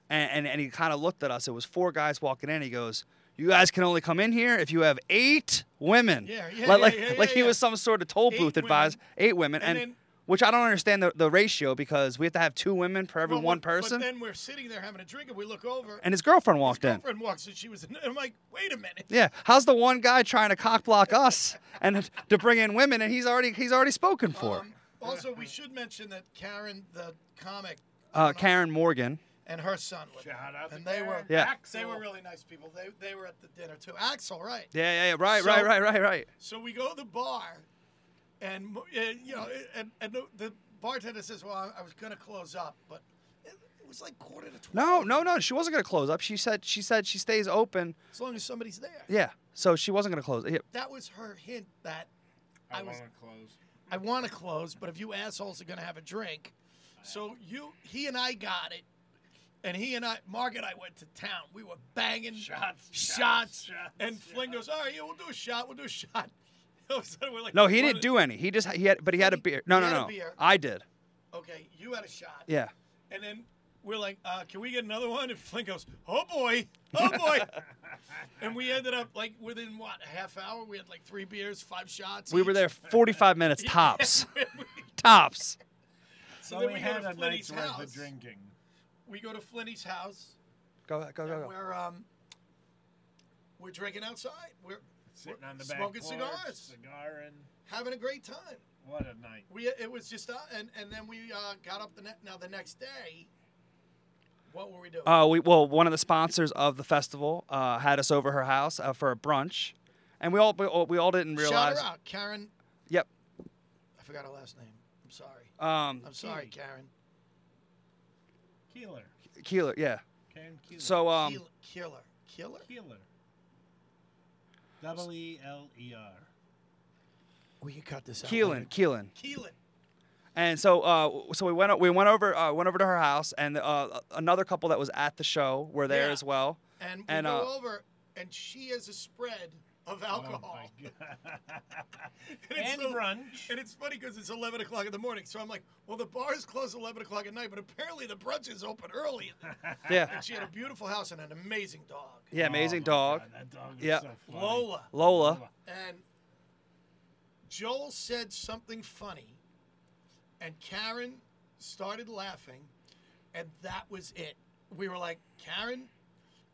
[SPEAKER 8] and and, and he kind of looked at us. It was four guys walking in. He goes. You guys can only come in here if you have eight women.
[SPEAKER 9] Yeah, yeah, yeah,
[SPEAKER 8] like like,
[SPEAKER 9] yeah,
[SPEAKER 8] like
[SPEAKER 9] yeah,
[SPEAKER 8] he
[SPEAKER 9] yeah.
[SPEAKER 8] was some sort of toll
[SPEAKER 9] Eight
[SPEAKER 8] booth advised
[SPEAKER 9] women.
[SPEAKER 8] eight women,
[SPEAKER 9] And
[SPEAKER 8] and,
[SPEAKER 9] then-
[SPEAKER 8] which I don't understand the, the ratio because we have to have two women per every
[SPEAKER 9] Well,
[SPEAKER 8] one
[SPEAKER 9] but-
[SPEAKER 8] person.
[SPEAKER 9] But then we're sitting there having a drink, and we look over,
[SPEAKER 8] and his girlfriend
[SPEAKER 9] his
[SPEAKER 8] walked in.
[SPEAKER 9] girlfriend walks, and she was. In, I'm like, wait a minute.
[SPEAKER 8] Yeah, how's the one guy trying to cock block us and to bring in women, and he's already he's already spoken for.
[SPEAKER 9] Um, also, we should mention that Karen, the comic,
[SPEAKER 8] uh, Karen Morgan.
[SPEAKER 9] and her son were there.
[SPEAKER 3] Shout out to
[SPEAKER 9] and they were
[SPEAKER 3] Karen.
[SPEAKER 8] Yeah.
[SPEAKER 9] they were really nice people. They they were at the dinner too. Axel, right?
[SPEAKER 8] Yeah, yeah, yeah. Right,
[SPEAKER 9] So-
[SPEAKER 8] right, right, right, right.
[SPEAKER 9] So we go to the bar, and mo- and, you know, eh, and, and the, the bartender says, "Well, I, I was gonna close up, but it, it was like quarter to
[SPEAKER 8] No,
[SPEAKER 9] twelve.
[SPEAKER 8] no, no. She wasn't gonna close up. She said she said she stays open.
[SPEAKER 9] As long as somebody's there.
[SPEAKER 8] Yeah. So she wasn't gonna close. Yeah.
[SPEAKER 9] That was her hint that
[SPEAKER 3] I,
[SPEAKER 9] I was-
[SPEAKER 3] want to close.
[SPEAKER 9] I want to close, but if you assholes are gonna have a drink, so you, he and I got it, and he and I, Mark and I went to town. We were banging
[SPEAKER 3] Shots, shots,
[SPEAKER 9] shots,
[SPEAKER 3] shots,
[SPEAKER 9] and Fling goes, "All right, yeah, we'll do a shot. We'll do a shot." All of a sudden, we're like,
[SPEAKER 8] No, he
[SPEAKER 9] "What
[SPEAKER 8] didn't
[SPEAKER 9] is-"
[SPEAKER 8] do any. He just he had, but he had a
[SPEAKER 9] He-
[SPEAKER 8] beer. No,
[SPEAKER 9] he
[SPEAKER 8] no,
[SPEAKER 9] had a
[SPEAKER 8] no.
[SPEAKER 9] beer.
[SPEAKER 8] I did.
[SPEAKER 9] Okay, you had a shot.
[SPEAKER 8] Yeah.
[SPEAKER 9] And then we're like, uh, can we get another one? And Flynn goes, oh boy, oh boy. and we ended up like within what, a half hour? We had like three beers, five shots.
[SPEAKER 8] We were
[SPEAKER 9] each.
[SPEAKER 8] there 45 minutes tops. tops.
[SPEAKER 9] so
[SPEAKER 3] Well,
[SPEAKER 9] then we,
[SPEAKER 3] had
[SPEAKER 9] go
[SPEAKER 3] a
[SPEAKER 9] to Flinny's
[SPEAKER 3] night's worth
[SPEAKER 9] house.
[SPEAKER 3] of drinking.
[SPEAKER 9] We go to Flinny's house
[SPEAKER 8] Go, go, go,
[SPEAKER 9] and
[SPEAKER 8] go.
[SPEAKER 9] we're um we're drinking outside. We're
[SPEAKER 3] Sitting on the back
[SPEAKER 9] smoking
[SPEAKER 3] porch,
[SPEAKER 9] cigars,
[SPEAKER 3] Cigar and
[SPEAKER 9] having a great time.
[SPEAKER 3] what a night.
[SPEAKER 9] We it was just uh, and and then we uh, got up the ne- now the next day. What were we doing?
[SPEAKER 8] Uh, we well, one of the sponsors of the festival uh, had us over her house uh, for a brunch, and we all we all, we all didn't realize.
[SPEAKER 9] Shout her out, Karen.
[SPEAKER 8] Yep.
[SPEAKER 9] I forgot her last name. I'm sorry.
[SPEAKER 8] Um,
[SPEAKER 9] I'm sorry, Karen.
[SPEAKER 3] Keeler.
[SPEAKER 8] Keeler. Yeah.
[SPEAKER 3] Karen Keeler.
[SPEAKER 8] So um,
[SPEAKER 9] Kill- killer. Killer?
[SPEAKER 3] Keeler. Double E L E R.
[SPEAKER 9] We can cut this out.
[SPEAKER 8] Keelan, Keelan.
[SPEAKER 9] Keelan.
[SPEAKER 8] And so, uh, so we went o- we went over uh, went over to her house, and uh, another couple that was at the show were there
[SPEAKER 9] Yeah.
[SPEAKER 8] as well.
[SPEAKER 9] And we
[SPEAKER 8] And,
[SPEAKER 9] go
[SPEAKER 8] uh,
[SPEAKER 9] over, and she has a spread of
[SPEAKER 3] Oh
[SPEAKER 9] alcohol.
[SPEAKER 3] my god.
[SPEAKER 9] and, it's
[SPEAKER 3] and
[SPEAKER 9] so-
[SPEAKER 3] brunch.
[SPEAKER 9] and it's funny because it's 11 o'clock in the morning. So I'm like, well, the bar is closed at 11 o'clock at night, but apparently the brunch is open early.
[SPEAKER 8] Yeah,
[SPEAKER 9] and she had a beautiful house and an amazing dog,
[SPEAKER 8] yeah, amazing
[SPEAKER 3] Oh my
[SPEAKER 8] dog.
[SPEAKER 3] God, that dog is
[SPEAKER 8] Yeah.
[SPEAKER 3] so funny.
[SPEAKER 9] Lola.
[SPEAKER 8] Lola.
[SPEAKER 9] And Joel said something funny, and Karen started laughing, and that was it. We were like, Karen,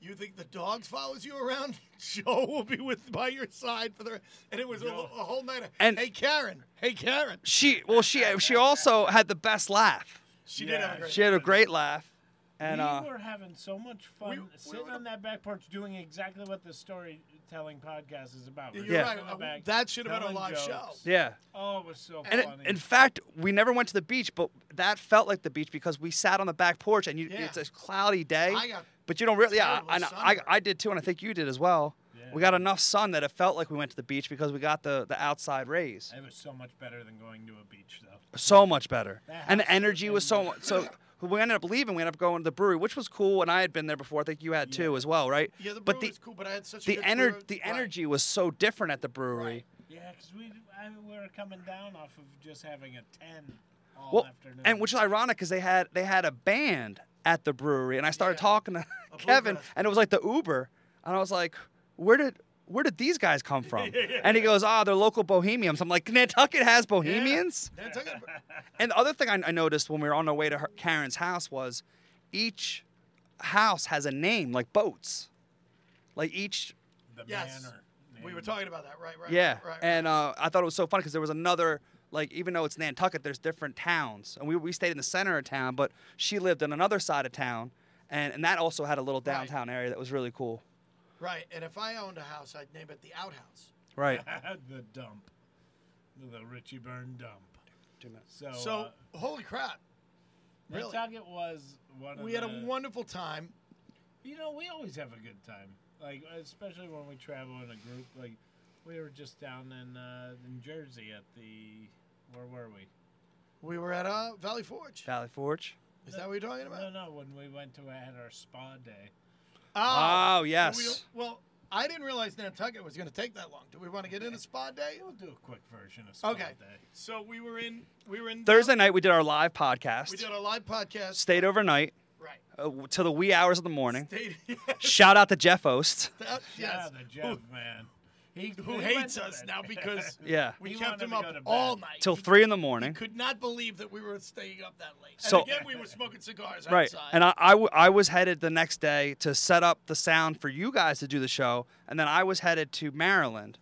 [SPEAKER 9] you think the dog follows you around? Joel will be with by your side for the. And it was a, lo- a whole night. Of,
[SPEAKER 8] And-
[SPEAKER 9] hey, Karen. Hey, Karen.
[SPEAKER 8] She well, she she also had the best laugh.
[SPEAKER 9] She did have a
[SPEAKER 3] Yeah,
[SPEAKER 9] great.
[SPEAKER 8] She had a great laugh, and
[SPEAKER 3] we
[SPEAKER 8] uh,
[SPEAKER 3] were having so much fun
[SPEAKER 9] we- we
[SPEAKER 3] sitting
[SPEAKER 9] were-
[SPEAKER 3] on that back porch doing exactly what the storytelling podcast is about. We're
[SPEAKER 9] You're right.
[SPEAKER 8] Yeah.
[SPEAKER 9] Uh,
[SPEAKER 3] sitting on the back,
[SPEAKER 9] That should have been a
[SPEAKER 3] telling
[SPEAKER 9] live show.
[SPEAKER 3] jokes.
[SPEAKER 8] yeah.
[SPEAKER 3] Oh, it was so
[SPEAKER 8] And it-
[SPEAKER 3] funny.
[SPEAKER 8] in fact, we never went to the beach, but that felt like the beach because we sat on the back porch, and you,
[SPEAKER 9] Yeah.
[SPEAKER 8] it's a cloudy day.
[SPEAKER 9] I got
[SPEAKER 8] but you don't really. Yeah,
[SPEAKER 9] terrible
[SPEAKER 8] I, know- I,
[SPEAKER 9] sunburn.
[SPEAKER 8] I did too, and I think you did as well. We
[SPEAKER 3] Yeah.
[SPEAKER 8] got enough sun that it felt like we went to the beach because we got the, the outside rays.
[SPEAKER 3] it was so much better than going to a beach, though.
[SPEAKER 8] so much better.
[SPEAKER 3] That
[SPEAKER 8] And the
[SPEAKER 3] house was
[SPEAKER 8] energy was so so. We ended up leaving. We ended up going to the brewery, which was cool. And I had been there before. I think you had too, as well, right?
[SPEAKER 9] Yeah, the brewery
[SPEAKER 8] but the
[SPEAKER 9] was cool, but I had such a
[SPEAKER 8] the
[SPEAKER 9] good
[SPEAKER 8] energy
[SPEAKER 9] brewer-
[SPEAKER 8] the
[SPEAKER 9] right.
[SPEAKER 8] energy was so different at the brewery.
[SPEAKER 9] Right.
[SPEAKER 3] Yeah, because we, I, we were coming down off of just having a 10 all
[SPEAKER 8] Well,
[SPEAKER 3] afternoon.
[SPEAKER 8] and which is ironic because they had they had a band at the brewery, and I started talking to Kevin,
[SPEAKER 9] Fest.
[SPEAKER 8] and it was like the Uber, and I was like, where did where did these guys come from? And he goes, ah, they're local Bohemians. I'm like, Nantucket has Bohemians.
[SPEAKER 9] Nantucket-
[SPEAKER 8] And the other thing I, I noticed when we were on our way to her, Karen's house was each house has a name, like boats. Like each,
[SPEAKER 3] the
[SPEAKER 9] Yes.
[SPEAKER 3] manor.
[SPEAKER 9] We were
[SPEAKER 3] name.
[SPEAKER 9] talking about that, right? Right.
[SPEAKER 8] yeah.
[SPEAKER 9] Right. right.
[SPEAKER 8] and uh, I thought it was so funny because there was another, like, even though it's Nantucket, there's different towns. And we, we stayed in the center of town, but she lived on another side of town. And, and that also had a little downtown area that was really cool.
[SPEAKER 9] Right, and if I owned a house, I'd name it the outhouse.
[SPEAKER 8] Right.
[SPEAKER 3] the dump. The Richie Byrne dump. So,
[SPEAKER 9] So,
[SPEAKER 3] uh,
[SPEAKER 9] holy crap! really?
[SPEAKER 3] Nantucket was one of
[SPEAKER 9] We had a
[SPEAKER 3] the-
[SPEAKER 9] wonderful time.
[SPEAKER 3] You know, we always have a good time. Like especially when we travel in a group. Like we were just down in uh, in Jersey at the where were we?
[SPEAKER 9] We were at uh, Valley Forge.
[SPEAKER 8] Valley Forge.
[SPEAKER 9] Is that what you're talking
[SPEAKER 3] No,
[SPEAKER 9] about?
[SPEAKER 3] no, when we went to had our spa day.
[SPEAKER 8] Oh,
[SPEAKER 9] Ah, we-
[SPEAKER 8] yes.
[SPEAKER 9] well, I didn't realize Nantucket was going to take that long. Do we want to get in a spa day?
[SPEAKER 3] We'll do a quick version of spa
[SPEAKER 9] Okay.
[SPEAKER 3] day.
[SPEAKER 9] So we were in. We were in
[SPEAKER 8] Thursday night, we did our live podcast.
[SPEAKER 9] We did a live podcast.
[SPEAKER 8] Stayed overnight
[SPEAKER 9] Right.
[SPEAKER 8] uh, till the wee hours of the morning.
[SPEAKER 9] Stayed.
[SPEAKER 8] Shout out to Jeff Ost.
[SPEAKER 9] That-
[SPEAKER 3] Yeah,
[SPEAKER 9] yes.
[SPEAKER 3] the Ah, Jeff man. He,
[SPEAKER 9] who hates us now because
[SPEAKER 8] Yeah.
[SPEAKER 9] we
[SPEAKER 3] He
[SPEAKER 9] kept
[SPEAKER 3] wanted
[SPEAKER 9] him
[SPEAKER 3] to
[SPEAKER 9] up
[SPEAKER 3] go to
[SPEAKER 9] all
[SPEAKER 3] bed.
[SPEAKER 9] night.
[SPEAKER 8] till
[SPEAKER 9] He
[SPEAKER 8] three in the morning.
[SPEAKER 9] could not believe that we were staying up that late.
[SPEAKER 8] So-
[SPEAKER 9] and again, we were smoking cigars
[SPEAKER 8] Right.
[SPEAKER 9] outside.
[SPEAKER 8] And I, I, w- I was headed the next day to set up the sound for you guys to do the show. And then I was headed to Maryland.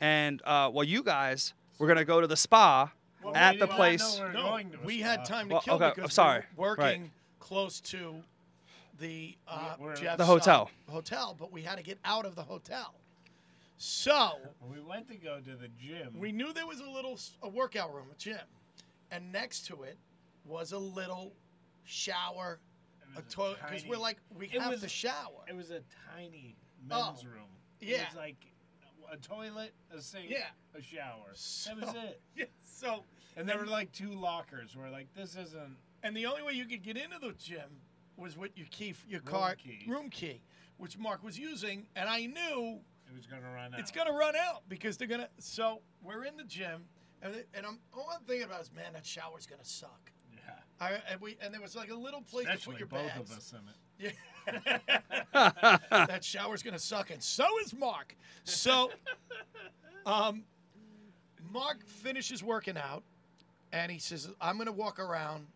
[SPEAKER 8] And uh, well, you guys were going to go to the spa at the place.
[SPEAKER 3] No,
[SPEAKER 9] no, we had time to
[SPEAKER 8] Well,
[SPEAKER 9] kill
[SPEAKER 8] okay,
[SPEAKER 9] because
[SPEAKER 8] I'm sorry.
[SPEAKER 9] we were
[SPEAKER 8] Right.
[SPEAKER 9] working close to the uh,
[SPEAKER 3] We're-
[SPEAKER 9] Jeff's,
[SPEAKER 8] The hotel.
[SPEAKER 9] uh, hotel, but we had to get out of the hotel. So
[SPEAKER 3] We went to go to the gym.
[SPEAKER 9] we knew there was a little s- a workout room, a gym, and next to it was a little shower, a
[SPEAKER 3] was a
[SPEAKER 9] toilet. Because
[SPEAKER 3] tiny-
[SPEAKER 9] we're like, we
[SPEAKER 3] It
[SPEAKER 9] have
[SPEAKER 3] was-
[SPEAKER 9] to shower.
[SPEAKER 3] It was a tiny
[SPEAKER 9] Oh,
[SPEAKER 3] men's room. It
[SPEAKER 9] yeah.
[SPEAKER 3] was like a toilet, a sink,
[SPEAKER 9] Yeah.
[SPEAKER 3] a shower.
[SPEAKER 9] So-
[SPEAKER 3] that was it.
[SPEAKER 9] Yeah, so
[SPEAKER 3] And there were like two lockers. We're like, this isn't.
[SPEAKER 9] And the only way you could get into the gym was with your key, f- your car
[SPEAKER 3] key.
[SPEAKER 9] room key, which Mark was using. And I knew
[SPEAKER 3] It was gonna run out.
[SPEAKER 9] it's gonna run out because they're gonna. So we're in the gym, and, it- and I'm all I'm thinking about is, man, that shower's gonna suck.
[SPEAKER 3] Yeah.
[SPEAKER 9] I, and we and there was like a little place
[SPEAKER 3] Especially
[SPEAKER 9] to put your
[SPEAKER 3] both
[SPEAKER 9] bags.
[SPEAKER 3] of us in it.
[SPEAKER 9] Yeah. that shower's gonna suck, and so is Mark. So, um, Mark finishes working out, and he says, "I'm gonna walk around."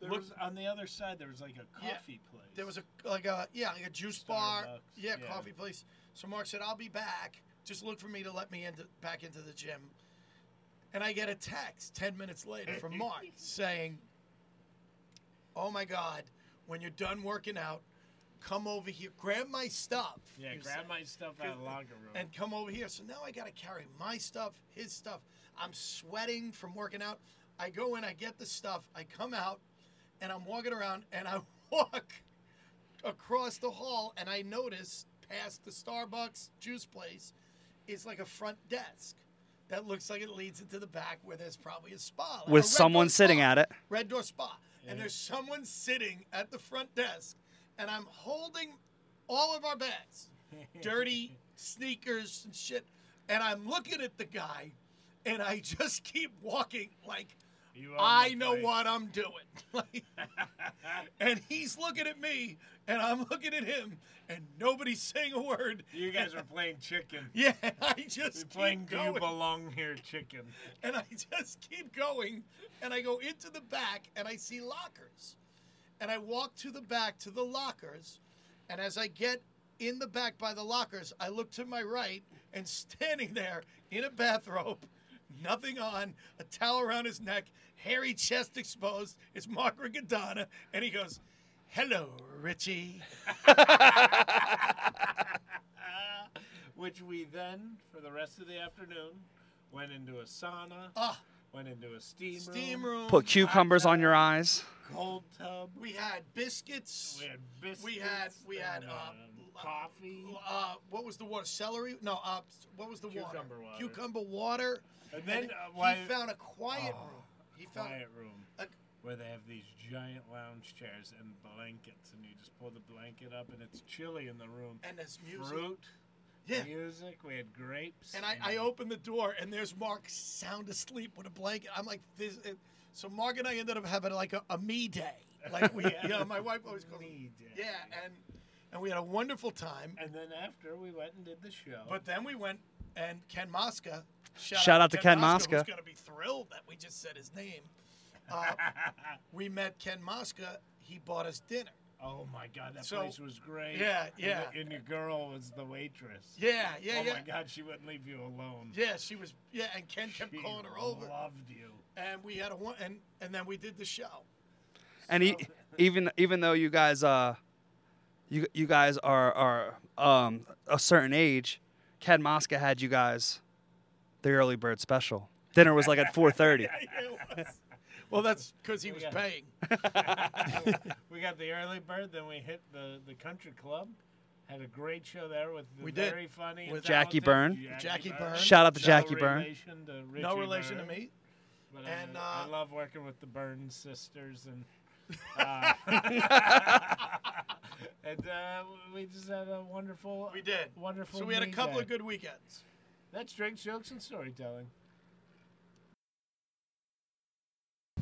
[SPEAKER 3] There
[SPEAKER 9] Look-
[SPEAKER 3] was on the other side. There was like a
[SPEAKER 9] Yeah.
[SPEAKER 3] coffee place.
[SPEAKER 9] There was a like a yeah like a juice bar
[SPEAKER 3] Starbucks,
[SPEAKER 9] yeah,
[SPEAKER 3] yeah.
[SPEAKER 9] coffee place. So Mark said I'll be back. Just look for me to let me into back into the gym. And I get a text ten minutes later from Mark saying, "Oh my God, when you're done working out, come over here. Grab my stuff.
[SPEAKER 3] Yeah,
[SPEAKER 9] he was
[SPEAKER 3] grab
[SPEAKER 9] saying,
[SPEAKER 3] my stuff out of the locker room.
[SPEAKER 9] and come over here. So now I got to carry my stuff, his stuff. I'm sweating from working out. I go in, I get the stuff, I come out, and I'm walking around, and I walk across the hall, and I notice past the Starbucks juice place is like a front desk that looks like it leads into the back where there's probably a spa like a
[SPEAKER 8] With
[SPEAKER 9] Red
[SPEAKER 8] someone
[SPEAKER 9] Door
[SPEAKER 8] sitting
[SPEAKER 9] spa.
[SPEAKER 8] at it.
[SPEAKER 9] Red Door Spa, and there's someone sitting at the front desk, and I'm holding all of our bags, dirty sneakers and shit, and I'm looking at the guy, and I just keep walking like
[SPEAKER 3] You own
[SPEAKER 9] I
[SPEAKER 3] the
[SPEAKER 9] know
[SPEAKER 3] place.
[SPEAKER 9] what I'm doing, Like, and he's looking at me, and I'm looking at him, and nobody's saying a word.
[SPEAKER 3] You guys were playing chicken.
[SPEAKER 9] Yeah, and I
[SPEAKER 3] We're
[SPEAKER 9] just
[SPEAKER 3] playing
[SPEAKER 9] keep
[SPEAKER 3] Do You
[SPEAKER 9] going
[SPEAKER 3] Belong Here Chicken.
[SPEAKER 9] and I just keep going, and I go into the back, and I see lockers, and I walk to the back to the lockers, and as I get in the back by the lockers, I look to my right, and standing there in a bathrobe, nothing on, a towel around his neck, hairy chest exposed, is Mark Riccadonna, and he goes, "Hello, Richie."
[SPEAKER 3] Which we then, for the rest of the afternoon, went into a sauna,
[SPEAKER 9] Ah,
[SPEAKER 3] went into a steam,
[SPEAKER 9] steam
[SPEAKER 3] room,
[SPEAKER 9] room.
[SPEAKER 8] Put cucumbers on your eyes.
[SPEAKER 3] cold tub.
[SPEAKER 9] We had biscuits.
[SPEAKER 3] We had biscuits.
[SPEAKER 9] We had we had
[SPEAKER 3] and,
[SPEAKER 9] uh,
[SPEAKER 3] um, coffee.
[SPEAKER 9] Uh, what was the water? Celery? No. Uh, what was the
[SPEAKER 3] Cucumber water.
[SPEAKER 9] Cucumber water.
[SPEAKER 3] And then uh,
[SPEAKER 9] he
[SPEAKER 3] why- Oh.
[SPEAKER 9] found a quiet room. He found
[SPEAKER 3] quiet room
[SPEAKER 9] a,
[SPEAKER 3] where they have these giant lounge chairs and blankets, and you just pull the blanket up, and it's chilly in the room.
[SPEAKER 9] and there's music.
[SPEAKER 3] Fruit,
[SPEAKER 9] Yeah.
[SPEAKER 3] music. We had grapes.
[SPEAKER 9] And I, I opened the door and there's Mark sound asleep with a blanket. I'm like this. It, so Mark and I ended up having like a, a me day. Like we, yeah. my wife always calls it.
[SPEAKER 3] Me day.
[SPEAKER 9] Yeah, and and we had a wonderful time.
[SPEAKER 3] And then after we went and did the show.
[SPEAKER 9] But then we went and Ken Mosca. Shout,
[SPEAKER 8] Shout out to Ken Mosca.
[SPEAKER 9] Who's going to be thrilled that we just said his name. Uh, we met Ken Mosca. He bought us dinner.
[SPEAKER 3] Oh my god, that
[SPEAKER 9] So-
[SPEAKER 3] place was great.
[SPEAKER 9] Yeah,
[SPEAKER 3] And the-
[SPEAKER 9] yeah.
[SPEAKER 3] And, your girl was the waitress.
[SPEAKER 9] Yeah, yeah,
[SPEAKER 3] oh
[SPEAKER 9] yeah.
[SPEAKER 3] my god, she wouldn't leave you alone.
[SPEAKER 9] Yeah, she was. Yeah, and Ken kept
[SPEAKER 3] She
[SPEAKER 9] calling her over,
[SPEAKER 3] Loved you.
[SPEAKER 9] and we had a one, and and then we did the show.
[SPEAKER 8] And e even even though you guys uh, you you guys are are um a certain age, Ken Mosca had you guys the early bird special. Dinner was like at 4:30.
[SPEAKER 9] Well, that's because he
[SPEAKER 3] We
[SPEAKER 9] was
[SPEAKER 3] got-
[SPEAKER 9] paying.
[SPEAKER 3] We got the early bird, then we hit the, the country club. Had a great show there with the
[SPEAKER 9] We did.
[SPEAKER 3] very funny and
[SPEAKER 9] With
[SPEAKER 8] Jackie
[SPEAKER 3] talented
[SPEAKER 8] Byrne.
[SPEAKER 9] Jackie Byrne.
[SPEAKER 8] Shout out to
[SPEAKER 3] No
[SPEAKER 8] Jackie Byrne.
[SPEAKER 3] relation to
[SPEAKER 9] No
[SPEAKER 3] Richie
[SPEAKER 9] relation to
[SPEAKER 3] Byrne,
[SPEAKER 9] me.
[SPEAKER 3] But
[SPEAKER 9] And,
[SPEAKER 3] I, I
[SPEAKER 9] uh,
[SPEAKER 3] love working with the Byrne sisters and. Uh, and uh, we just had a wonderful.
[SPEAKER 9] We did.
[SPEAKER 3] Wonderful.
[SPEAKER 9] So we had a
[SPEAKER 3] me
[SPEAKER 9] couple
[SPEAKER 3] day.
[SPEAKER 9] of good weekends.
[SPEAKER 3] That's drinks, jokes, and storytelling.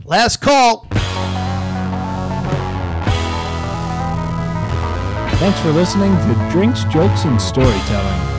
[SPEAKER 9] Last call.
[SPEAKER 1] Thanks for listening to Drinks, Jokes, and Storytelling.